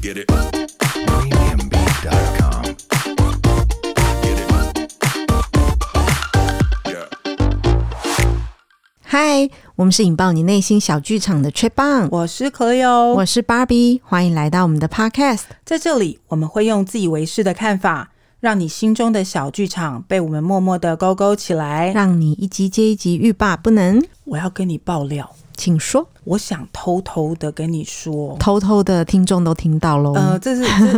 Get it. Premiumbeat.com. Get it. Yeah. 嗨，我们是引爆你内心小剧场的雀棒，我是 Cleo，我是芭比，欢迎来到我们的 Podcast。在这里我们会用自以为是的看法，让你心中的小剧场被我们默默的勾勾起来。让你一集接一集欲罢不能。我要跟你爆料，请说，我想偷偷的跟你说，偷偷的听众都听到喽。呃，这是这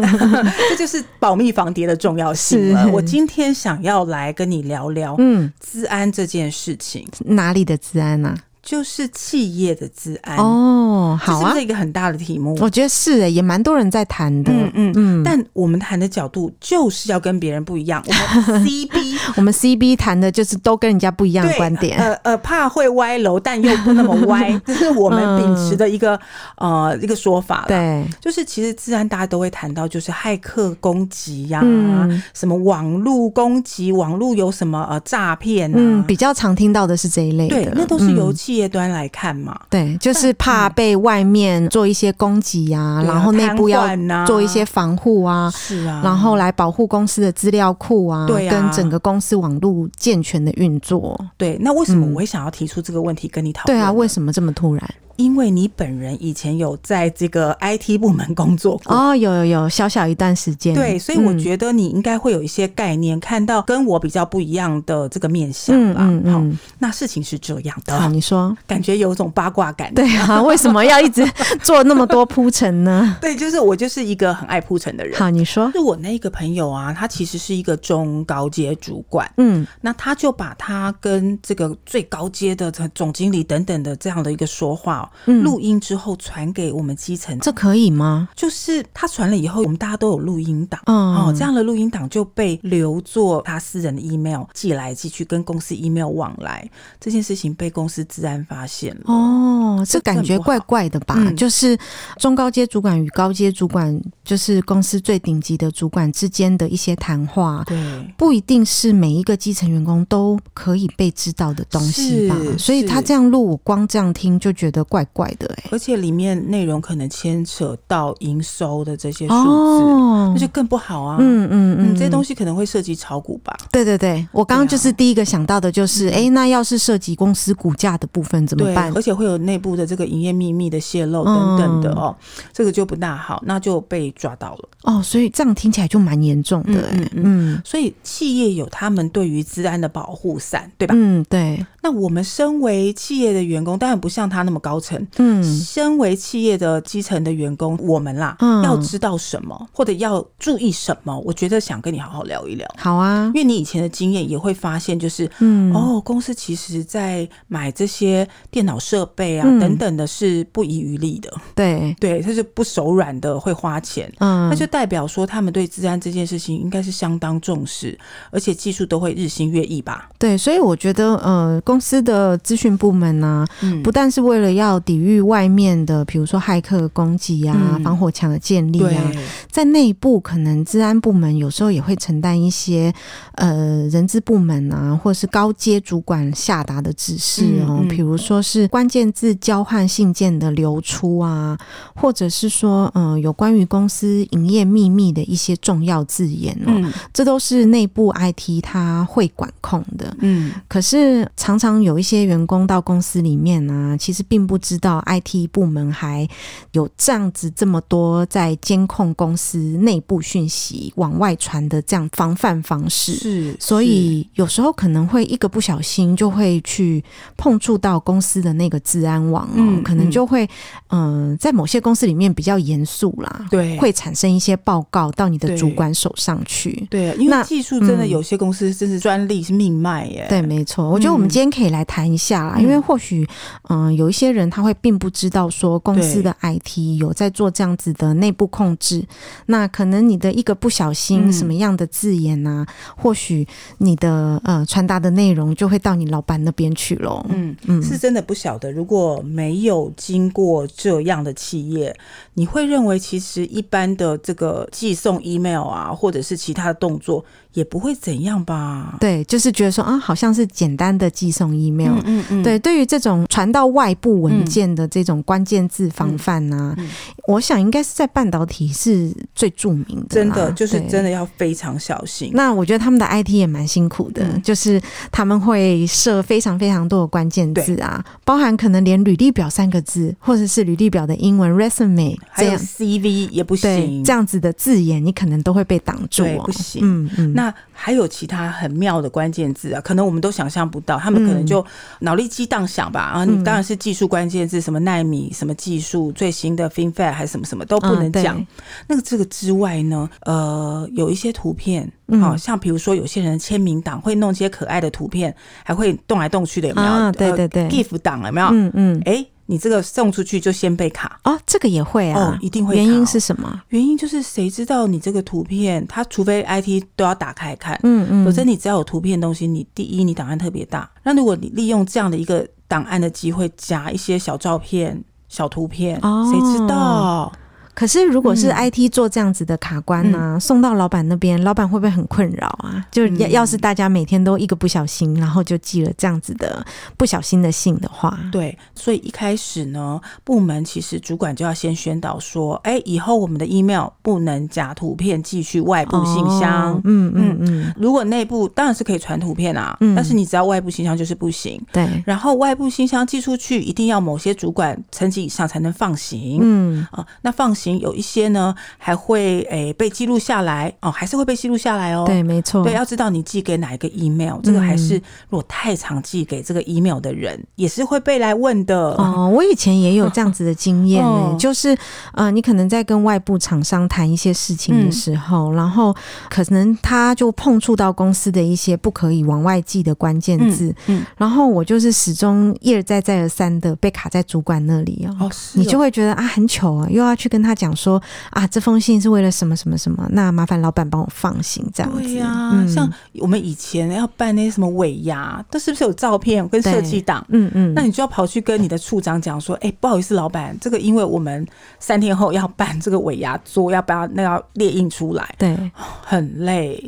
这就是保密防谍的重要性了。是我今天想要来跟你聊聊嗯，治安这件事情，哪里的治安啊？就是企业的治安。哦，哎这好是不啊是，一个很大的题目？我觉得是诶、也蛮多人在谈的。嗯嗯嗯但我们谈的角度就是要跟别人不一样。我们 CB 我们 CB 谈的就是都跟人家不一样的对，观点。呃呃，怕会歪楼，但又不那么 歪，这是我们秉持的一个、呃一个说法啦。嗯对，就是其实自然大家都会谈到，就是骇客攻击呀、嗯什么网络攻击，网络有什么呃诈骗啊？嗯，比较常听到的是这一类的。对，那都是由嗯企业端来看嘛。对，就是怕被外面做一些攻击呀、对啊嗯然后内部要瘫痪啊做一些防护啊，是啊，然后来保护公司的资料库啊，对啊跟整个公司网络健全的运作。对，那为什么嗯我会想要提出这个问题跟你讨论？对啊，为什么这么突然？因为你本人以前有在这个 IT 部门工作过。哦，有有有，小小一段时间。对，所以我嗯觉得你应该会有一些概念，看到跟我比较不一样的这个面相嗯啦。嗯好，嗯，那事情是这样好，的，你说。感觉有一种八卦感。对啊， 为什么要一直做那么多铺陈呢？ 对，就是我就是一个很爱铺陈的人。好，你说。就我那个朋友啊，他其实是一个中高阶主管，嗯，那他就把他跟这个最高阶的总经理等等的这样的一个说话哦嗯录、音之后传给我们基层，这可以吗？就是他传了以后，我们大家都有录音档。哦哦，这样的录音档就被留作他私人的 email 寄来寄去，跟公司 email 往来，这件事情被公司治安发现了。哦，这这感很觉不怪好怪的吧？嗯就是中高阶主管与高阶主管，就是公司最顶级的主管之间的一些谈话，对，不一定是每一个基层员工都可以被知道的东西吧。是所以他是这样录，我光这样听就觉得怪怪的、欸，而且里面内容可能牵扯到营收的这些数字，哦那就更不好啊。嗯嗯嗯，嗯，这些东西。西可能会涉及炒股吧。对对对，我刚刚就对啊是第一个想到的就是，哎、那要是涉及公司股价的部分怎么啊对，办？而且会有内部的这个营业秘密的泄露等等的嗯哦，这个就不大好，那就被抓到了。哦，所以这样听起来就蛮严重的、欸嗯嗯嗯所以企业有他们对于治安的保护伞，对吧？嗯，对，那我们身为企业的员工，当然不像他那么高层。嗯身为企业的基层的员工，我们啦，嗯要知道什么或者要注意什么，我觉得想跟你好好聊一聊，好啊因，为你以前的经验也会发现，就是、嗯，哦，公司其实在买这些电脑设备啊、嗯等等的，是不遗余力的， 对，对，它是不手软的，会花钱。嗯，那就代表说，他们对治安这件事情应该是相当重视，而且技术都会日新月异吧？对，所以我觉得，呃，公司的资讯部门啊呢、嗯不，但是为了要抵御外面的，比如说骇客攻击啊、嗯防火墙的建立对啊，在内部可能治安部门有时候也会承担一些，呃，人资部门啊，或是高阶主管下达的指示哦，嗯嗯比如说是关键字交换信件的流出啊，或者是说，呃，有关于公司营业秘密的一些重要字眼哦，嗯这都是内部 IT 它会管控的。嗯，可是常常有一些员工到公司里面啊，其实并不知道 IT 部门还有这样子这么多在监控公司内部讯息往外传的这样防范方式。是，所以有时候可能会一个不小心就会去碰触到公司的那个治安网哦，嗯可能就会嗯、呃在某些公司里面比较严肃啦，对会产生一些报告到你的对主管手上去。对，因那为技术真的嗯有些公司真是专利是命脉耶。对，没错，我觉得我们今天可以来谈一下啦，嗯因为或许，嗯、有一些人他会并不知道说公司的 IT 有在做这样子的内部控制，那可能你的一个不小心，嗯什么样的字眼啊，或许你的呃传达的内容就会到你老板那边去喽。嗯，嗯，是真的不晓得。如果没有经过这样的企业，你会认为其实一般的这个寄送 email 啊，或者是其他的动作，也不会怎样吧？对，就是觉得说啊，好像是简单的寄送 email，、嗯嗯对，对于这种传到外部文件的这种关键字防范啊，嗯嗯我想应该是在半导体是最著名的啦，真的就是对真的要非常小心。那我觉得他们的 IT 也蛮辛苦的，嗯就是他们会设非常非常多的关键字啊，包含可能连履历表三个字，或者是履历表的英文 resume 还这有样， CV 也不对行，这样子的字眼，你可能都会被挡住对哦不。行。嗯嗯，那还有其他很妙的关键字啊，可能我们都想象不到，他们可能嗯就脑力激荡想吧、啊，你当然是技术关键字，什么纳米、什么技术、最新的 FinFET 还是什么什么都不能嗯对讲。那个这个之外呢，呃，有一些图片，嗯好、像比如说有些人签名档会弄一些可爱的图片，还会动来动去的，有没有？啊对对对呃、，GIF 档有没有？哎、嗯嗯，你这个送出去就先被卡。哦，这个也会啊，哦一定会原因考是什么？原因就是谁知道你这个图片，他除非 IT 都要打开看，嗯嗯，否则你只要有图片的东西，你第一你档案特别大，那如果你利用这样的一个档案的机会夹一些小照片、小图片，哦谁知道？可是，如果是嗯 IT 做这样子的卡关呢、送到老板那边，老板会不会很困扰啊？就嗯要要是大家每天都一个不小心，然后就寄了这样子的不小心的信的话，对，所以一开始呢，部门其实主管就要先宣导说，哎、以后我们的 email 不能夹图片寄去外部信箱。哦嗯嗯嗯，如果内部当然是可以传图片啊，嗯但是你只要外部信箱就是不行。对，然后外部信箱寄出去，一定要某些主管层级以上才能放行。嗯啊、那放行有一些呢，还会诶、被记录下来哦，还是会被记录下来哦。对，嗯没错，对，要知道你寄给哪一个 email，这个还是如果太常寄给这个 email 的人，也是会被来问的。哦，我以前也有这样子的经验呢、嗯哦就是呃，你可能在跟外部厂商谈一些事情嗯的时候，然后可能他就碰触到公司的一些不可以往外寄的关键字，嗯嗯然后我就是始终一而再再而三的被卡在主管那里哦。哦，是你就会会觉得啊很糗啊，又要去跟他讲说啊这封信是为了什么什么什么，那麻烦老板帮我放行这样子。对呀、嗯像我们以前要办那些什么尾牙，这是不是有照片跟设计档？嗯嗯，那你就要跑去跟你的处长讲说，哎、不好意思，老板，这个因为我们三天后要办这个尾牙桌，要不要那要列印出来？对很 累。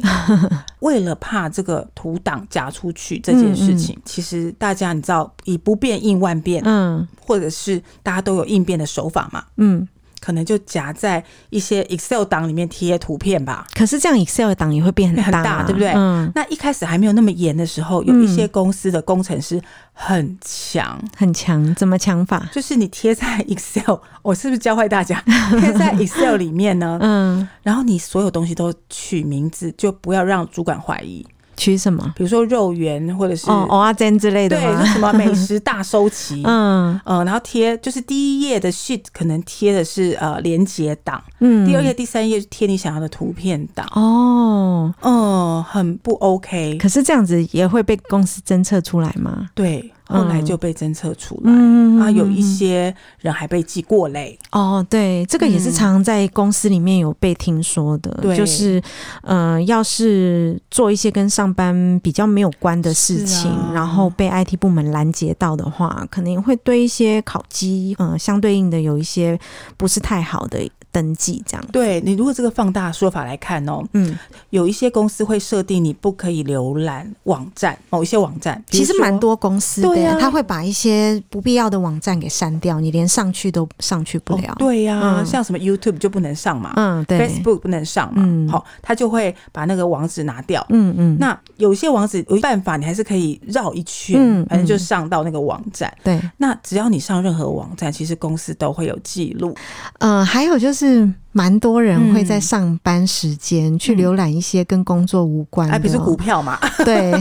为了怕这个图档夹出去这件事情，其实大家你知道，以不变应万变，嗯或者是大家都有应变的手法嘛，嗯，可能就夹在一些 Excel 档里面贴图片吧。可是这样 Excel 档也会变变很大、大对不对嗯，那一开始还没有那么严的时候，有一些公司的工程师很强，很强，怎么强法？就是你贴在 Excel，我 是不是教坏大 家？贴在 Excel 里面呢，嗯，然后你所有东西都取名字，就不要让主管怀疑。取什么？比如说肉圆或者是、哦，蚵仔煎之类的对，吗。就？什么美食大收 集嗯呃，然后贴就是第一页的 sheet 可能贴的是呃连接档，嗯，第二页、第三页就贴你想要的图片档，哦，嗯、很不 OK。可是这样子也会被公司侦测出来吗？对，后来就被侦测出来，嗯啊，有一些人还被记过嘞，哦，对，这个也是常常在公司里面有被听说的，嗯对就是呃，要是做一些跟上班比较没有关的事情，是啊然后被 IT 部门拦截到的话，可能会对一些考绩，呃，相对应的有一些不是太好的登记，这样，对你如果这个放大说法来看哦，嗯，有一些公司会设定你不可以浏览网站，某一些网站，比其如实说蛮多公司对的啊，他会把一些不必要的网站给删掉，你连上去都上去不了哦。对呀、嗯像什么 YouTube 就不能上嘛，嗯，对，哦 Facebook 不能上嘛，嗯好、他就会把那个网址拿掉。嗯嗯，那有些网址有办法，你还是可以绕一圈，嗯反正就上到那个网站。对，那只要你上任何网站，其实公司都会有记录。呃，还有就是蛮多人会在上班时间去浏览一些跟工作无关的，嗯哎，比如说股票嘛， 对，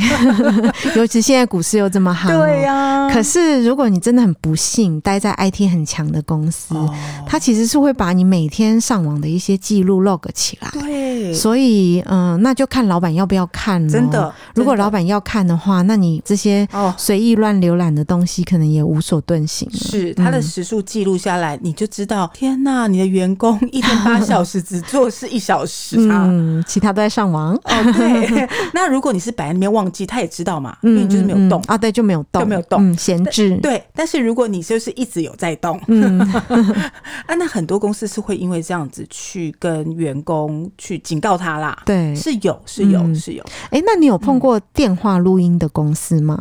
尤其现在股市又这么好，对、呀、可是如果你真的很不幸待在 IT 很强的公司，哦，它其实是会把你每天上网的一些记录 log 起来。对，所以，嗯、那就看老板要不要看、真的，哦如果真的老嗯板要看的话，那你这些哦。随意乱浏览的东西，可能也无所遁形了。是他的时数记录下来，你就知道，天呐，你的员工一天八小时只做事一小时啊！嗯，其他都在上网，哦，对。 那如果你是摆在那边忘记，他也知道嘛，因为嗯，你就是没有动嗯嗯。啊，对，就没有动，就没有动嗯，闲置，，对，但是如果你就是一直有在动，嗯，啊，那很多公司是会因为这样子去跟员工去警告他啦。 对，是有，是有，嗯是有。哎、那你有嗯碰过电话录音的公司吗？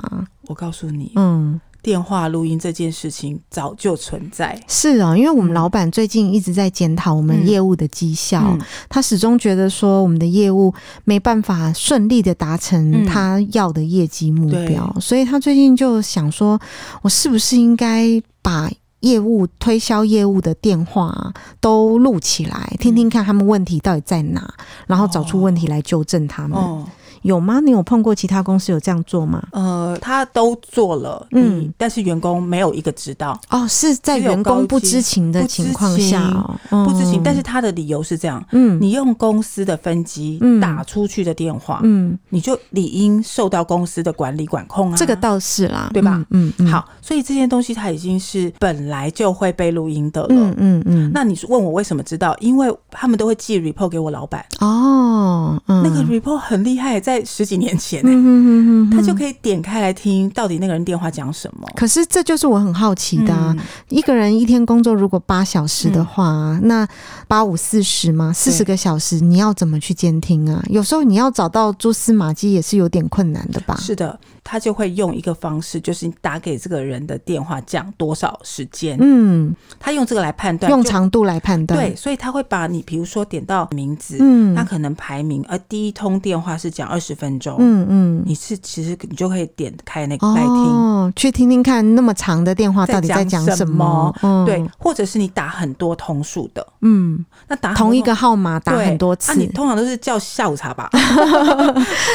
我告诉你，嗯，电话录音这件事情早就存在。是啊、因为我们老板最近一直在检讨我们业务的绩效，嗯他始终觉得说我们的业务没办法顺利的达成嗯他要的业绩目标，所以他最近就想说，我是不是应该把业务推销业务的电话都录起来，听嗯听看他们问题到底在哪，然后找出问题来纠正他们。哦，有吗？你有碰过其他公司有这样做吗？呃，他都做了，嗯嗯，但是员工没有一个知道，哦，是在只有员高工级不知情的不情知况下、哦，不知情。但是是他的理由是这样：嗯你用公司的分机嗯打出去的电话，嗯。你就理应受到公司的管理管控啊。这个倒是啦，对吧嗯？嗯，嗯，好，所以这些东西它已经是本来就会被录音的了。嗯嗯嗯，那你问我为什么知道？因为他们都会寄 report 给我老板，哦，嗯，那个 report 很厉害，在十几年前、嗯欸嗯嗯嗯，他就以。可以点开来听，到底那个人电话讲什么。可是这就是我很好奇的、啊嗯一个人一天工作如果八小时的话、啊那八五四十嘛，四十个小时，你要怎么去监听啊？有时候你要找到蛛丝马迹也是有点困难的吧？是的，他就会用一个方式，就是你打给这个人的电话讲多少时间，嗯，他用这个来判断用就长度来判断，对，，所以他会把你，比如说点到名字，嗯，他可能排名，而第一通电话是讲二十分钟，嗯嗯，你是其实你就可以点开那个来听。哦，去听听看那么长的电话到底在讲在讲什么么？嗯，对，，或者是你打很多通数的，嗯，那打很多同一个号码打对很多啊次，你通常都是叫下午 茶吧？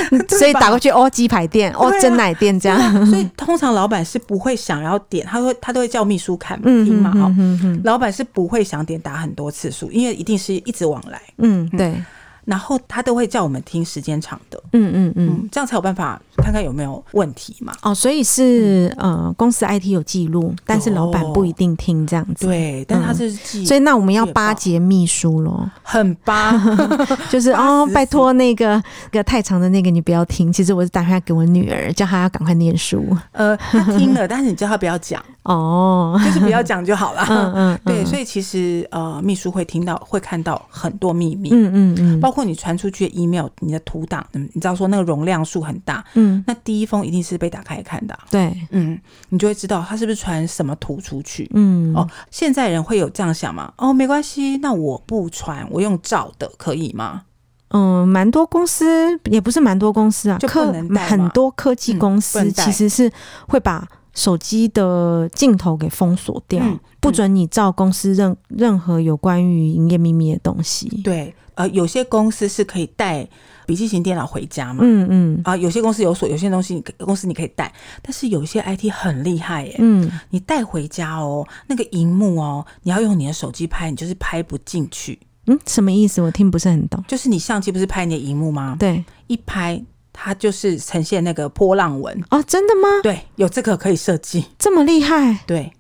对所以吧打过去哦，鸡排店哦对，啊蒸奶店这样。所以通常老板是不会想要点，他会他都会叫秘书看嘛嗯听嘛哈。嗯嗯老板是不会想点打很多次数，因为一定是一直往来，嗯，嗯对，然后他都会叫我们听时间长的，嗯嗯嗯。嗯，这样才有办法看看有没有问题嘛。哦，所以是呃，公司 IT 有记录，但是老板不一定听这样子。，对，但他这是记，嗯所以那我们要也报巴结秘书咯，很巴， 就是哦巴，死拜托那个那个太长的那个你不要听。其实我是打电话给我女儿，叫她要赶快念书。呃，他听了，但是你叫他不要讲，哦，就是不要讲就好了。嗯嗯，对，以所以其实呃，秘书会听到，会看到很多秘密，嗯嗯嗯，包括你传出去的 email，你的图档，嗯，你知道说那个容量数很大，嗯那第一封一定是被打开看的啊、对，嗯，你就会知道他是不是传什么图出去。嗯哦，现在人会有这样想吗？哦，没关系，那我不传，我用照的可以吗？嗯，蛮多公司也不是蛮多公司啊，就不科能带嘛很多科技公嗯不司能带其实是会把手机的镜头给封锁掉，嗯不准你照公司任任何有关于营业秘密的东西。对，呃，有些公司是可以带笔记型电脑回家嘛。嗯嗯啊，有些公司有锁，有些东西你可公司你可以带，但是有些 IT 很厉害耶、嗯，你带回家哦，那个荧幕哦，你要用你的手机拍，你就是拍不进去。嗯，什么意思？我听不是很懂。就是你相机不是拍你的荧幕吗？对一拍它就是呈现那个波浪纹。哦，真的吗？对，有这个可以设计。这么厉害？对，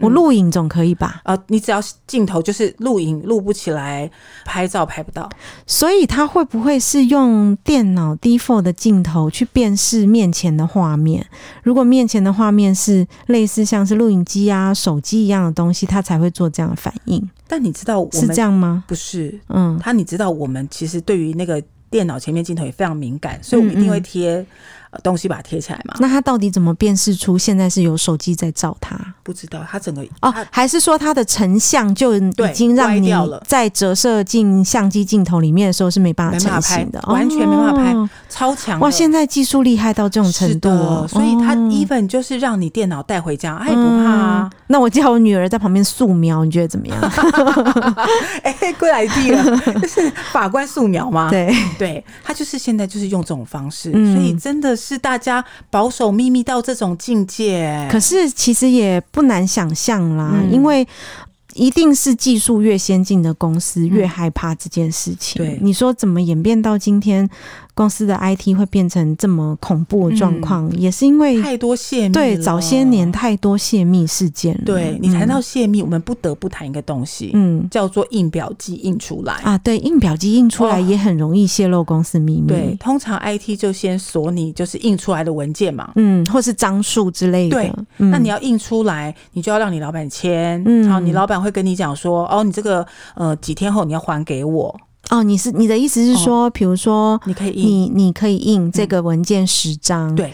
我嗯录影总可以吧？啊、你只要镜头就是录影录不起来，拍照拍不到。所以它会不会是用电脑 default 的镜头去辨识面前的画面？如果面前的画面是类似像是录影机啊、手机一样的东西，它才会做这样的反应，但你知道我们是这样吗？不是嗯，他？你知道我们其实对于那个电脑前面镜头也非常敏感，所以我们一嗯定会贴、呃东西把它贴起来嘛。那它到底怎么辨识出现在是有手机在照它？不知道它整个哦它，还是说它的成像就已经让歪你掉了在折射进相机镜头里面的时候是没办法没办成法拍型的，完全没办法拍哦超强的。哇，现在技术厉害到这种程度、哦，是的所以他哦 even 就是让你电脑带回家，他也不怕啊。嗯那我叫我女儿在旁边素描，你觉得怎么 样？哎、过来 d 了，就是法官素描嘛。嗯对，对，他就是现在就是用这种方式，嗯所以真的是大家保守秘密到这种境界。可是其实也不难想象啦，嗯因为。一定是技术越先进的公司越嗯害怕这件事情。对你说怎么演变到今天，公司的 IT 会变成这么恐怖的状况，也是因为嗯太多泄密了，对早些年太多泄密事件了。对你谈到泄密，我们不得不谈一个东西，嗯叫做印表机印出来。啊，对，印表机印出来哦也很容易泄露公司秘密。对，，通常 IT 就先锁你，就是印出来的文件嘛。嗯，或是张数之类的。对嗯，那你要印出来，你就要让你老板签，嗯然后你老板会跟你讲说，哦，你这个呃几天后你要还给我，哦，你是你的意思是说，比如说你可以印，你你可以印这个文件十张，对，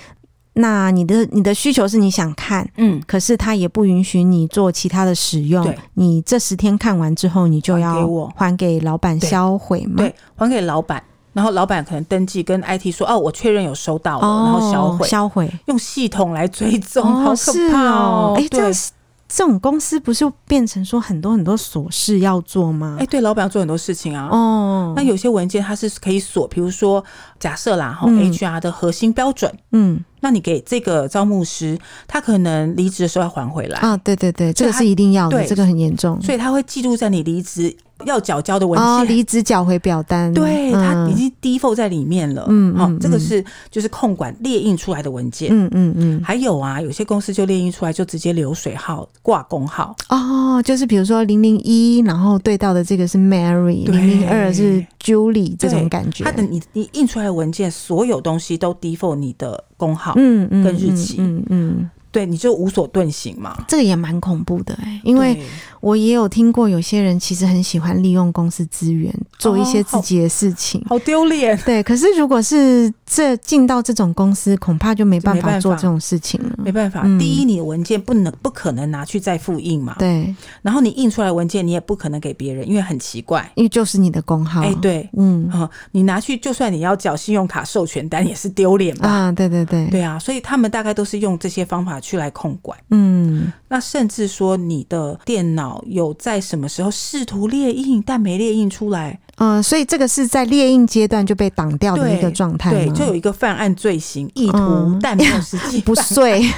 那你的你的需求是你想看，嗯，可是它也不允许你做其他的使用对。你这十天看完之后，你就还给要我还给老板对销毁嘛？对，还给老板，然后老板可能登记跟 IT 说，哦，我确认有收到了，然后销毁，哦销毁，用系统来追踪，好可是怕哦哦，，哎，这对样是这种公司不是变成说很多很多琐事要做吗哎、？对，老板要做很多事情啊。哦，那有些文件它是可以锁，比如说假设啦哈、嗯 h r 的核心标准，嗯那你给这个招募师，他可能离职的时候要还回来，啊，对对对，这所以个他是一定要的，对这个很严重。所以他会记录在你离职要缴交的文哦，件。离职缴回表单，嗯对，它已经 default 在里面了。嗯好、嗯这个嗯是就是控管列印出来的文件。嗯嗯嗯，还有啊，有些公司就列印出来就直接流水号挂工号，哦，就是比如说零零一，然后对到的这个是 Mary，对零零二是 Julie 这种感觉。它的你你印出来的文件所有东西都 default 你的工号，嗯嗯跟日期嗯嗯嗯，对，你就无所遁形嘛。这个也蛮恐怖的哎、因为对我也有听过有些人其实很喜欢利用公司资源做一些自己的事情。哦好丢脸。对，可是如果是这进到这种公司，恐怕就没办就没办法法做这种事情了。没办法，嗯第一，你的文件不能不可能拿去再复印嘛。对，然后你印出来的文件，你也不可能给别人，因为很奇怪。因为就是你的工号。哎、，对，嗯啊、你拿去，就算你要缴信用卡授权单，也是丢脸嘛。啊，对对对，对啊，所以他们大概都是用这些方法去来控管。嗯，那甚至说，你的电脑有在什么时候试图列印，但没列印出来，呃，所以这个是在猎印阶段就被挡掉的一个状态对，吗就有一个犯案罪行，意图、嗯但 没有实际不犯遂，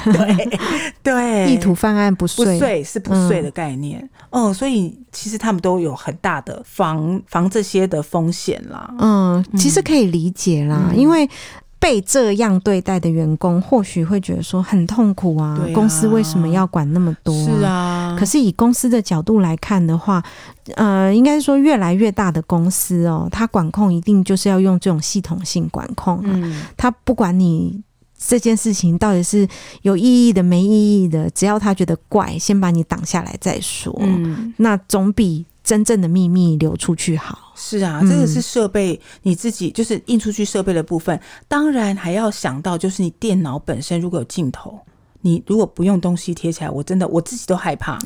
对 对意图犯案不不遂。遂是不遂的概念。嗯，所以其实他们都有很大的防防这些的风险啦。嗯，其实可以理解啦，嗯因为。被这样对待的员工，或许会觉得说很痛苦啊，对啊公司为什么要管那么多、是啊，可是以公司的角度来看的话，呃，应该说越来越大的公司哦，它管控一定就是要用这种系统性管控、啊，嗯，他不管你这件事情到底是有意义的、没意义的，只要他觉得怪，先把你挡下来再说。嗯，那总比真正的秘密流出去好。是啊，嗯这个是设备你自己就是印出去设备的部分，当然还要想到就是你电脑本身如果有镜头。你如果不用东西贴起来，我真的我自己都害怕，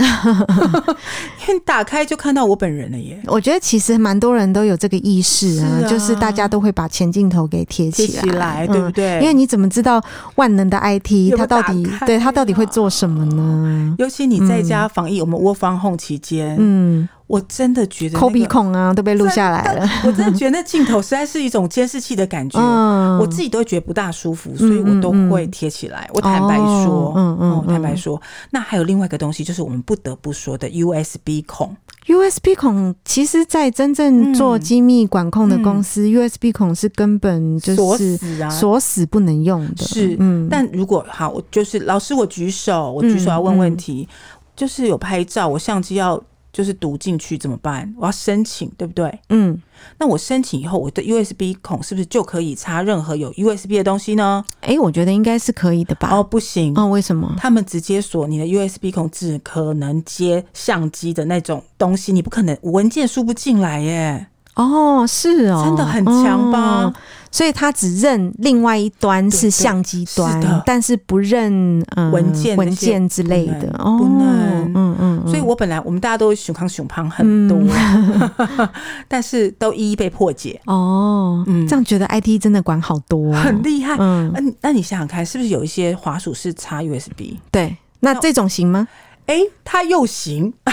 因为打开就看到我本人了耶，我觉得其实蛮多人都有这个意识啊，是啊就是大家都会把前镜头给贴贴起来，起来、嗯对不对？因为你怎么知道万能的 IT 有没它有到打底开对它到底会啊做什么呢？尤其你在家防疫，我们窝防控期间，嗯，我真的觉得、那抠鼻个，孔啊都被录下来了，我真的觉得那镜头实在是一种监视器的感觉，嗯，我自己都觉得不大舒服，所以我都会贴起来。我坦白说，嗯嗯哦嗯坦白说，那还有另外一个东西，就是我们不得不说的 USB 孔， USB 孔其实，在真正做机密管控的公司、u s b 孔是根本就嗯锁是死啊。锁死不能用的。是嗯，但如果好，我就是老师，我举手，我举手要问嗯问题，就是有拍照，我相机要就是读进去怎么办？我要申请，对不对？嗯，那我申请以后，我的 USB 孔是不是就可以插任何有 USB 的东西呢？哎、我觉得应该是可以的吧？哦，不行，哦，为什么？他们直接锁你的 USB 孔，只可能接相机的那种东西，你不可能文件输不进来耶，哦，是哦，真的很强吧？哦所以它只认另外一端对是对相机端，是的但是不认、呃、文件那些文件之类的。哦，不能嗯嗯嗯。所以我本来我们大家都熊康熊胖很多，嗯 但是都一一被破解，哦，嗯这样觉得 IT 真的管好多、哦，很厉害。嗯，嗯，那你想想看，是不是有一些滑鼠是插 USB？对。那这种行吗？哎、它又行，啊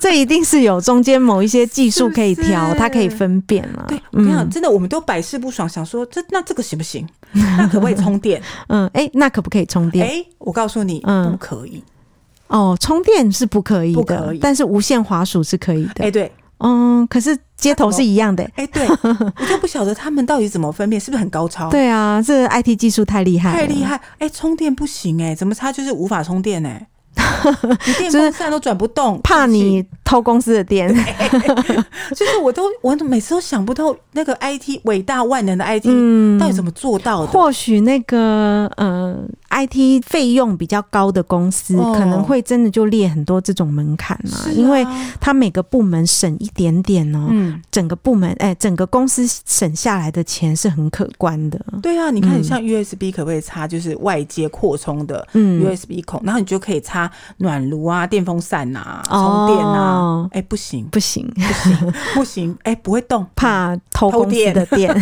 这一定是有中间某一些技术可以是调，不是它可以分辨啦。对，我跟你讲，嗯真的，我们都百试不爽，想说这那这个行不行？那可不可以 充电？嗯，哎、那可不可以充哎、电？我告诉你，嗯不可以。哦，充电是不可以的，不可以但是无线滑鼠是可以的。哎、对，嗯，可是接头是一样的、哎、对，我就不晓得他们到底怎么分辨，是不是很高超？，对啊，这 IT 技术太厉害，哦太厉。害！哎、充电 不行哎、怎么插就是无法充电哎、你电风扇都转不动，怕是不是哦你偷公司的 电，就是我都我每次都想不透那个 IT 伟大万能的 IT、嗯到底怎么做到的。或许那个呃，IT 费用比较高的公司，哦可能会真的就列很多这种门槛嘛，是啊因为它每个部门省一点点哦，嗯，整个部门哎、整个公司省下来的钱是很可观的。对啊，你看，嗯你像 USB 可不可以插就是外接扩充的嗯， USB 孔，然后你就可以插暖炉啊、电风扇啊、充电啊。哦哎、不行，不 行，不行，哎、不会动，。怕偷偷公司的电。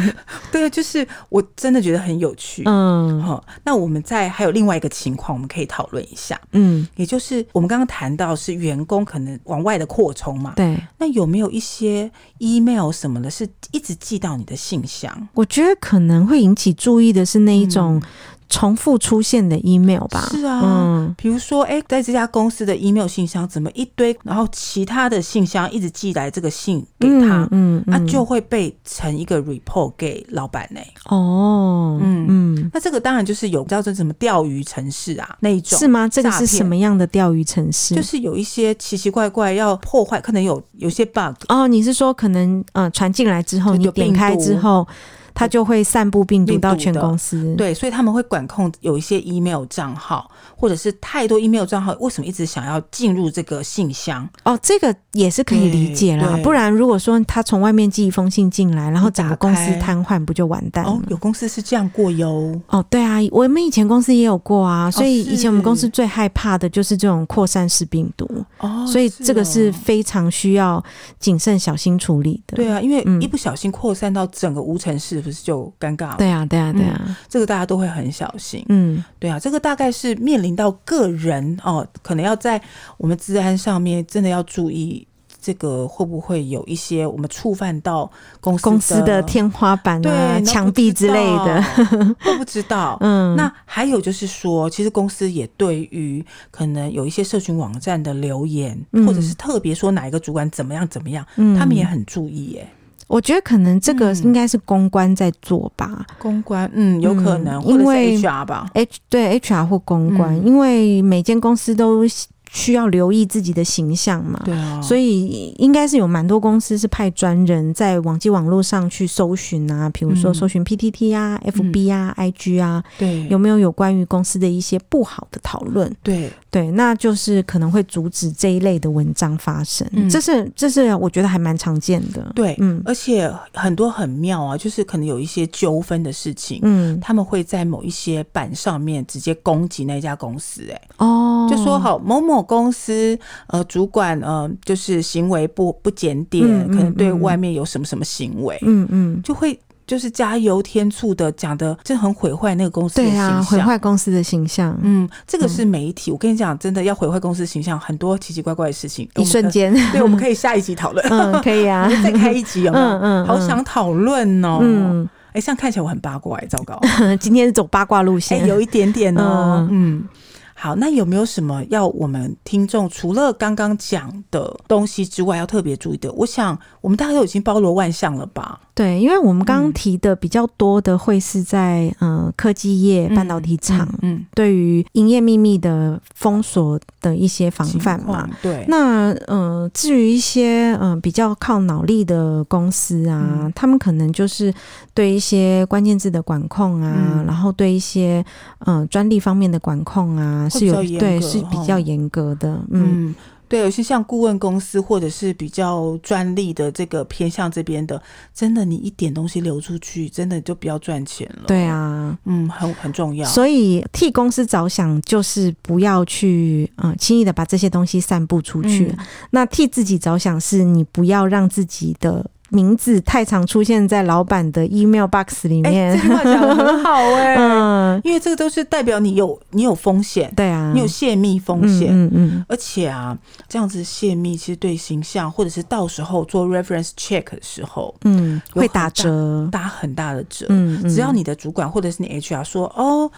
对，啊就是我真的觉得很有趣。嗯好、那我们再还有另外一个情况，我们可以讨论一下，嗯，也就是我们刚刚谈到是员工可能往外的扩充嘛，对，那有没有一些 email 什么的，是一直寄到你的信箱？我觉得可能会引起注意的是那一种重复出现的 email 吧。嗯是啊嗯，比如说，哎、在这家公司的 email 信箱怎么一堆，然后其他的信箱一直寄来这个信给他，嗯，嗯那、嗯就会被成一个 report 给老板呢、哦，嗯嗯，那这个当然就是有叫做什么钓鱼城市啊那一种，是吗？这个诈是骗什么样的钓鱼城市？就是有一些奇奇怪怪要破坏，可能有有些 bug，哦，你是说可能呃传进来之后，就你有点病开毒之后，它就会散布病毒病到毒全的公司。，对，所以他们会管控有一些 email 账号，或者是太多 email 账号，为什么一直想要进入这个信箱？哦，这个也是可以理解对啦。对不然如果说他从外面寄一封信进来，然后整个打公司开瘫痪，不就完蛋了哦吗？，有公司是这样过哟。哦，对啊，我们以前公司也有过啊，所以哦是以前我们公司最害怕的就是这种扩散式病毒，哦，所以这个是哦非常需要谨慎小心处理的。对啊，因为嗯一不小心扩散到整个无尘室，不是就尴尬了？，对啊，对啊，对啊，这个大家都会很小心。嗯对啊，这个大概是面临到个人哦，可能要在我们治安上面真的要注意。这个会不会有一些我们触犯到公司公司的天花板啊、对墙壁之类的，的，都不知道。嗯，那还有就是说，其实公司也对于可能有一些社群网站的留言，嗯或者是特别说哪一个主管怎么样怎么样，嗯他们也很注意耶。我觉得可能这个嗯应该是公关在做吧。公关，嗯，有可能，嗯或者因是为 HR 吧。 H 对 HR 或公关，嗯因为每间公司都需要留意自己的形象嘛，对啊，所以以应该是有蛮多公司是派专人在网际网络上去搜寻啊，比如说嗯搜寻 PTT 啊、FB 啊、IG 啊，对有嗯没有有关于公司的一些不好的讨论？对对，那就是可能会阻止这一类的文章发生，嗯这是这是我觉得还蛮常见的。对，嗯而且很多很妙啊，就是可能有一些纠纷的事情。嗯他们会在某一些版上面直接攻击那家公司、哎，哦，就说好某某公司呃主管呃就是行为不不检点，嗯嗯可能对嗯外面有什么什么行为，嗯嗯，就会就是加油添醋的讲的，这很毁坏那个公司的对形啊，象。毁坏公司的形象。嗯，这个是媒体。我跟你讲，真的要毁坏公司形象，很多奇奇怪怪的事情。一瞬间，我们可，对，我们可以下一集讨论， 嗯，可以啊，再开一集有没有？嗯嗯嗯好想讨论哦。嗯，嗯， 哎，这样看起来我很八卦，哎，糟糕，今天是走八卦路哎，线，有一点点哦。嗯，好，那有没有什么要我们听众除了刚刚讲的东西之外，要特别注意的？我想我们大概都已经包罗万象了吧？对，因为我们刚刚嗯提的比较多的会是在呃科技业、半导体厂嗯，对于营业秘密的封锁的一些防范嗯情嘛况。，对，那呃，至于一些嗯、呃比较靠脑力的公司啊，嗯他们可能就是对一些关键字的管控啊，嗯然后对一些嗯专、利方面的管控啊，会是有比较严对格是比哦较严格的，嗯嗯，对，有些像顾问公司或者是比较专利的这个偏向这边的，真的你一点东西流出去，真的就不要赚钱了。对，啊，嗯，很很重要。所以替公司着想，就是不要去嗯轻易的把这些东西散布出去。嗯那替自己着想，是你不要让自己的名字太常出现在老板的 email box 里哎、面。这句话讲 的很好哎、嗯，因为这个都是代表你有你有风险，对啊，你有泄密风险。嗯嗯而且啊，这样子泄密其实对形象，或者是到时候做 reference check 的时候，嗯，嗯有会打折。打很大的折。嗯，嗯只要你的主管或者是你 HR 说哦，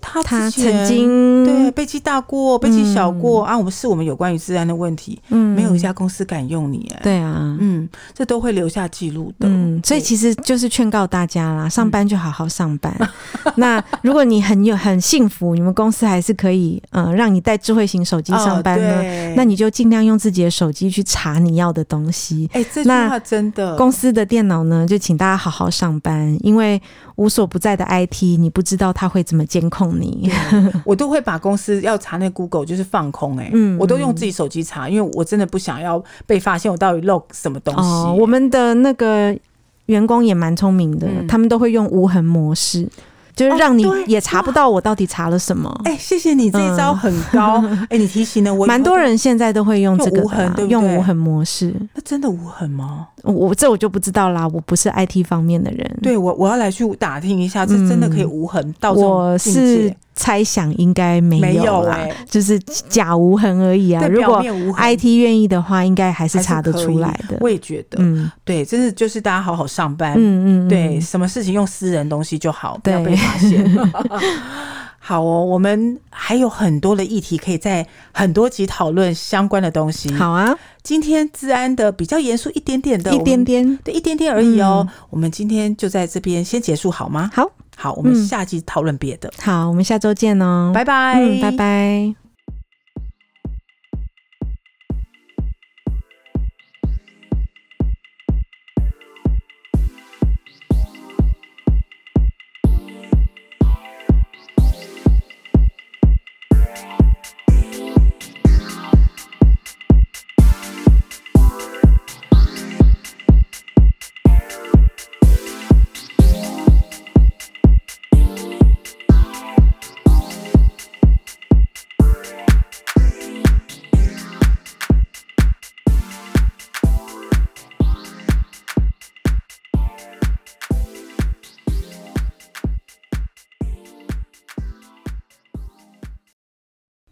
他他之前曾经对被记大过、被记小过、啊，我们是我们有关于治安的问题，嗯没有一家公司敢用你、哎，对啊，嗯，这都会留下记录的。嗯，所以对嗯其实就是劝告大家啦，上班就好好上班。 那如果你很有很幸福，你们公司还是可以，嗯、让你带智慧型手机上班哦呢，对那你就尽量用自己的手机去查你要的东西。哎、这句那话真的公司的电脑呢，就请大家好好上班，因为无所不在的 IT，你不知道它会怎么监控你。 我都会把公司要查那 Google 就是放空哎、嗯我都用自己手机查，因为我真的不想要被发现我到底漏什么东西。哦，我们的那个员工也蛮聪明的，嗯他们都会用无痕模式，就是哦让你对也查不到我到底查了什么。哎、谢谢你这一招很高， 哎、你提醒了我以后嗯 蛮多，人现在都会用这个的用无痕啦对不对用无痕模式。那真的无痕吗？我我这我就不知道啦，我不是 IT 方面的人。，对我，我要来去打听一下，这真的可以无痕到嗯这我种境界是猜想应该没没有啦，哎、就是假无痕而已啊。对如表果面无痕 IT 愿意的话，应该还是还是查得可出以来的。我也觉得，嗯对，真的就是大家好好上班，嗯嗯，嗯对，，什么事情用私人东西就好，不对要被 发现。好哦，我们还有很多的议题可以在很多集讨论相关的东西。，好啊，今天治安的比较严肃一点点的，一我们点，嗯点对，一点点而已哦。我们今天就在这边先结束好吗？好，好，我们嗯下集讨论别的，好，我们下周见哦，拜拜，嗯，拜。拜。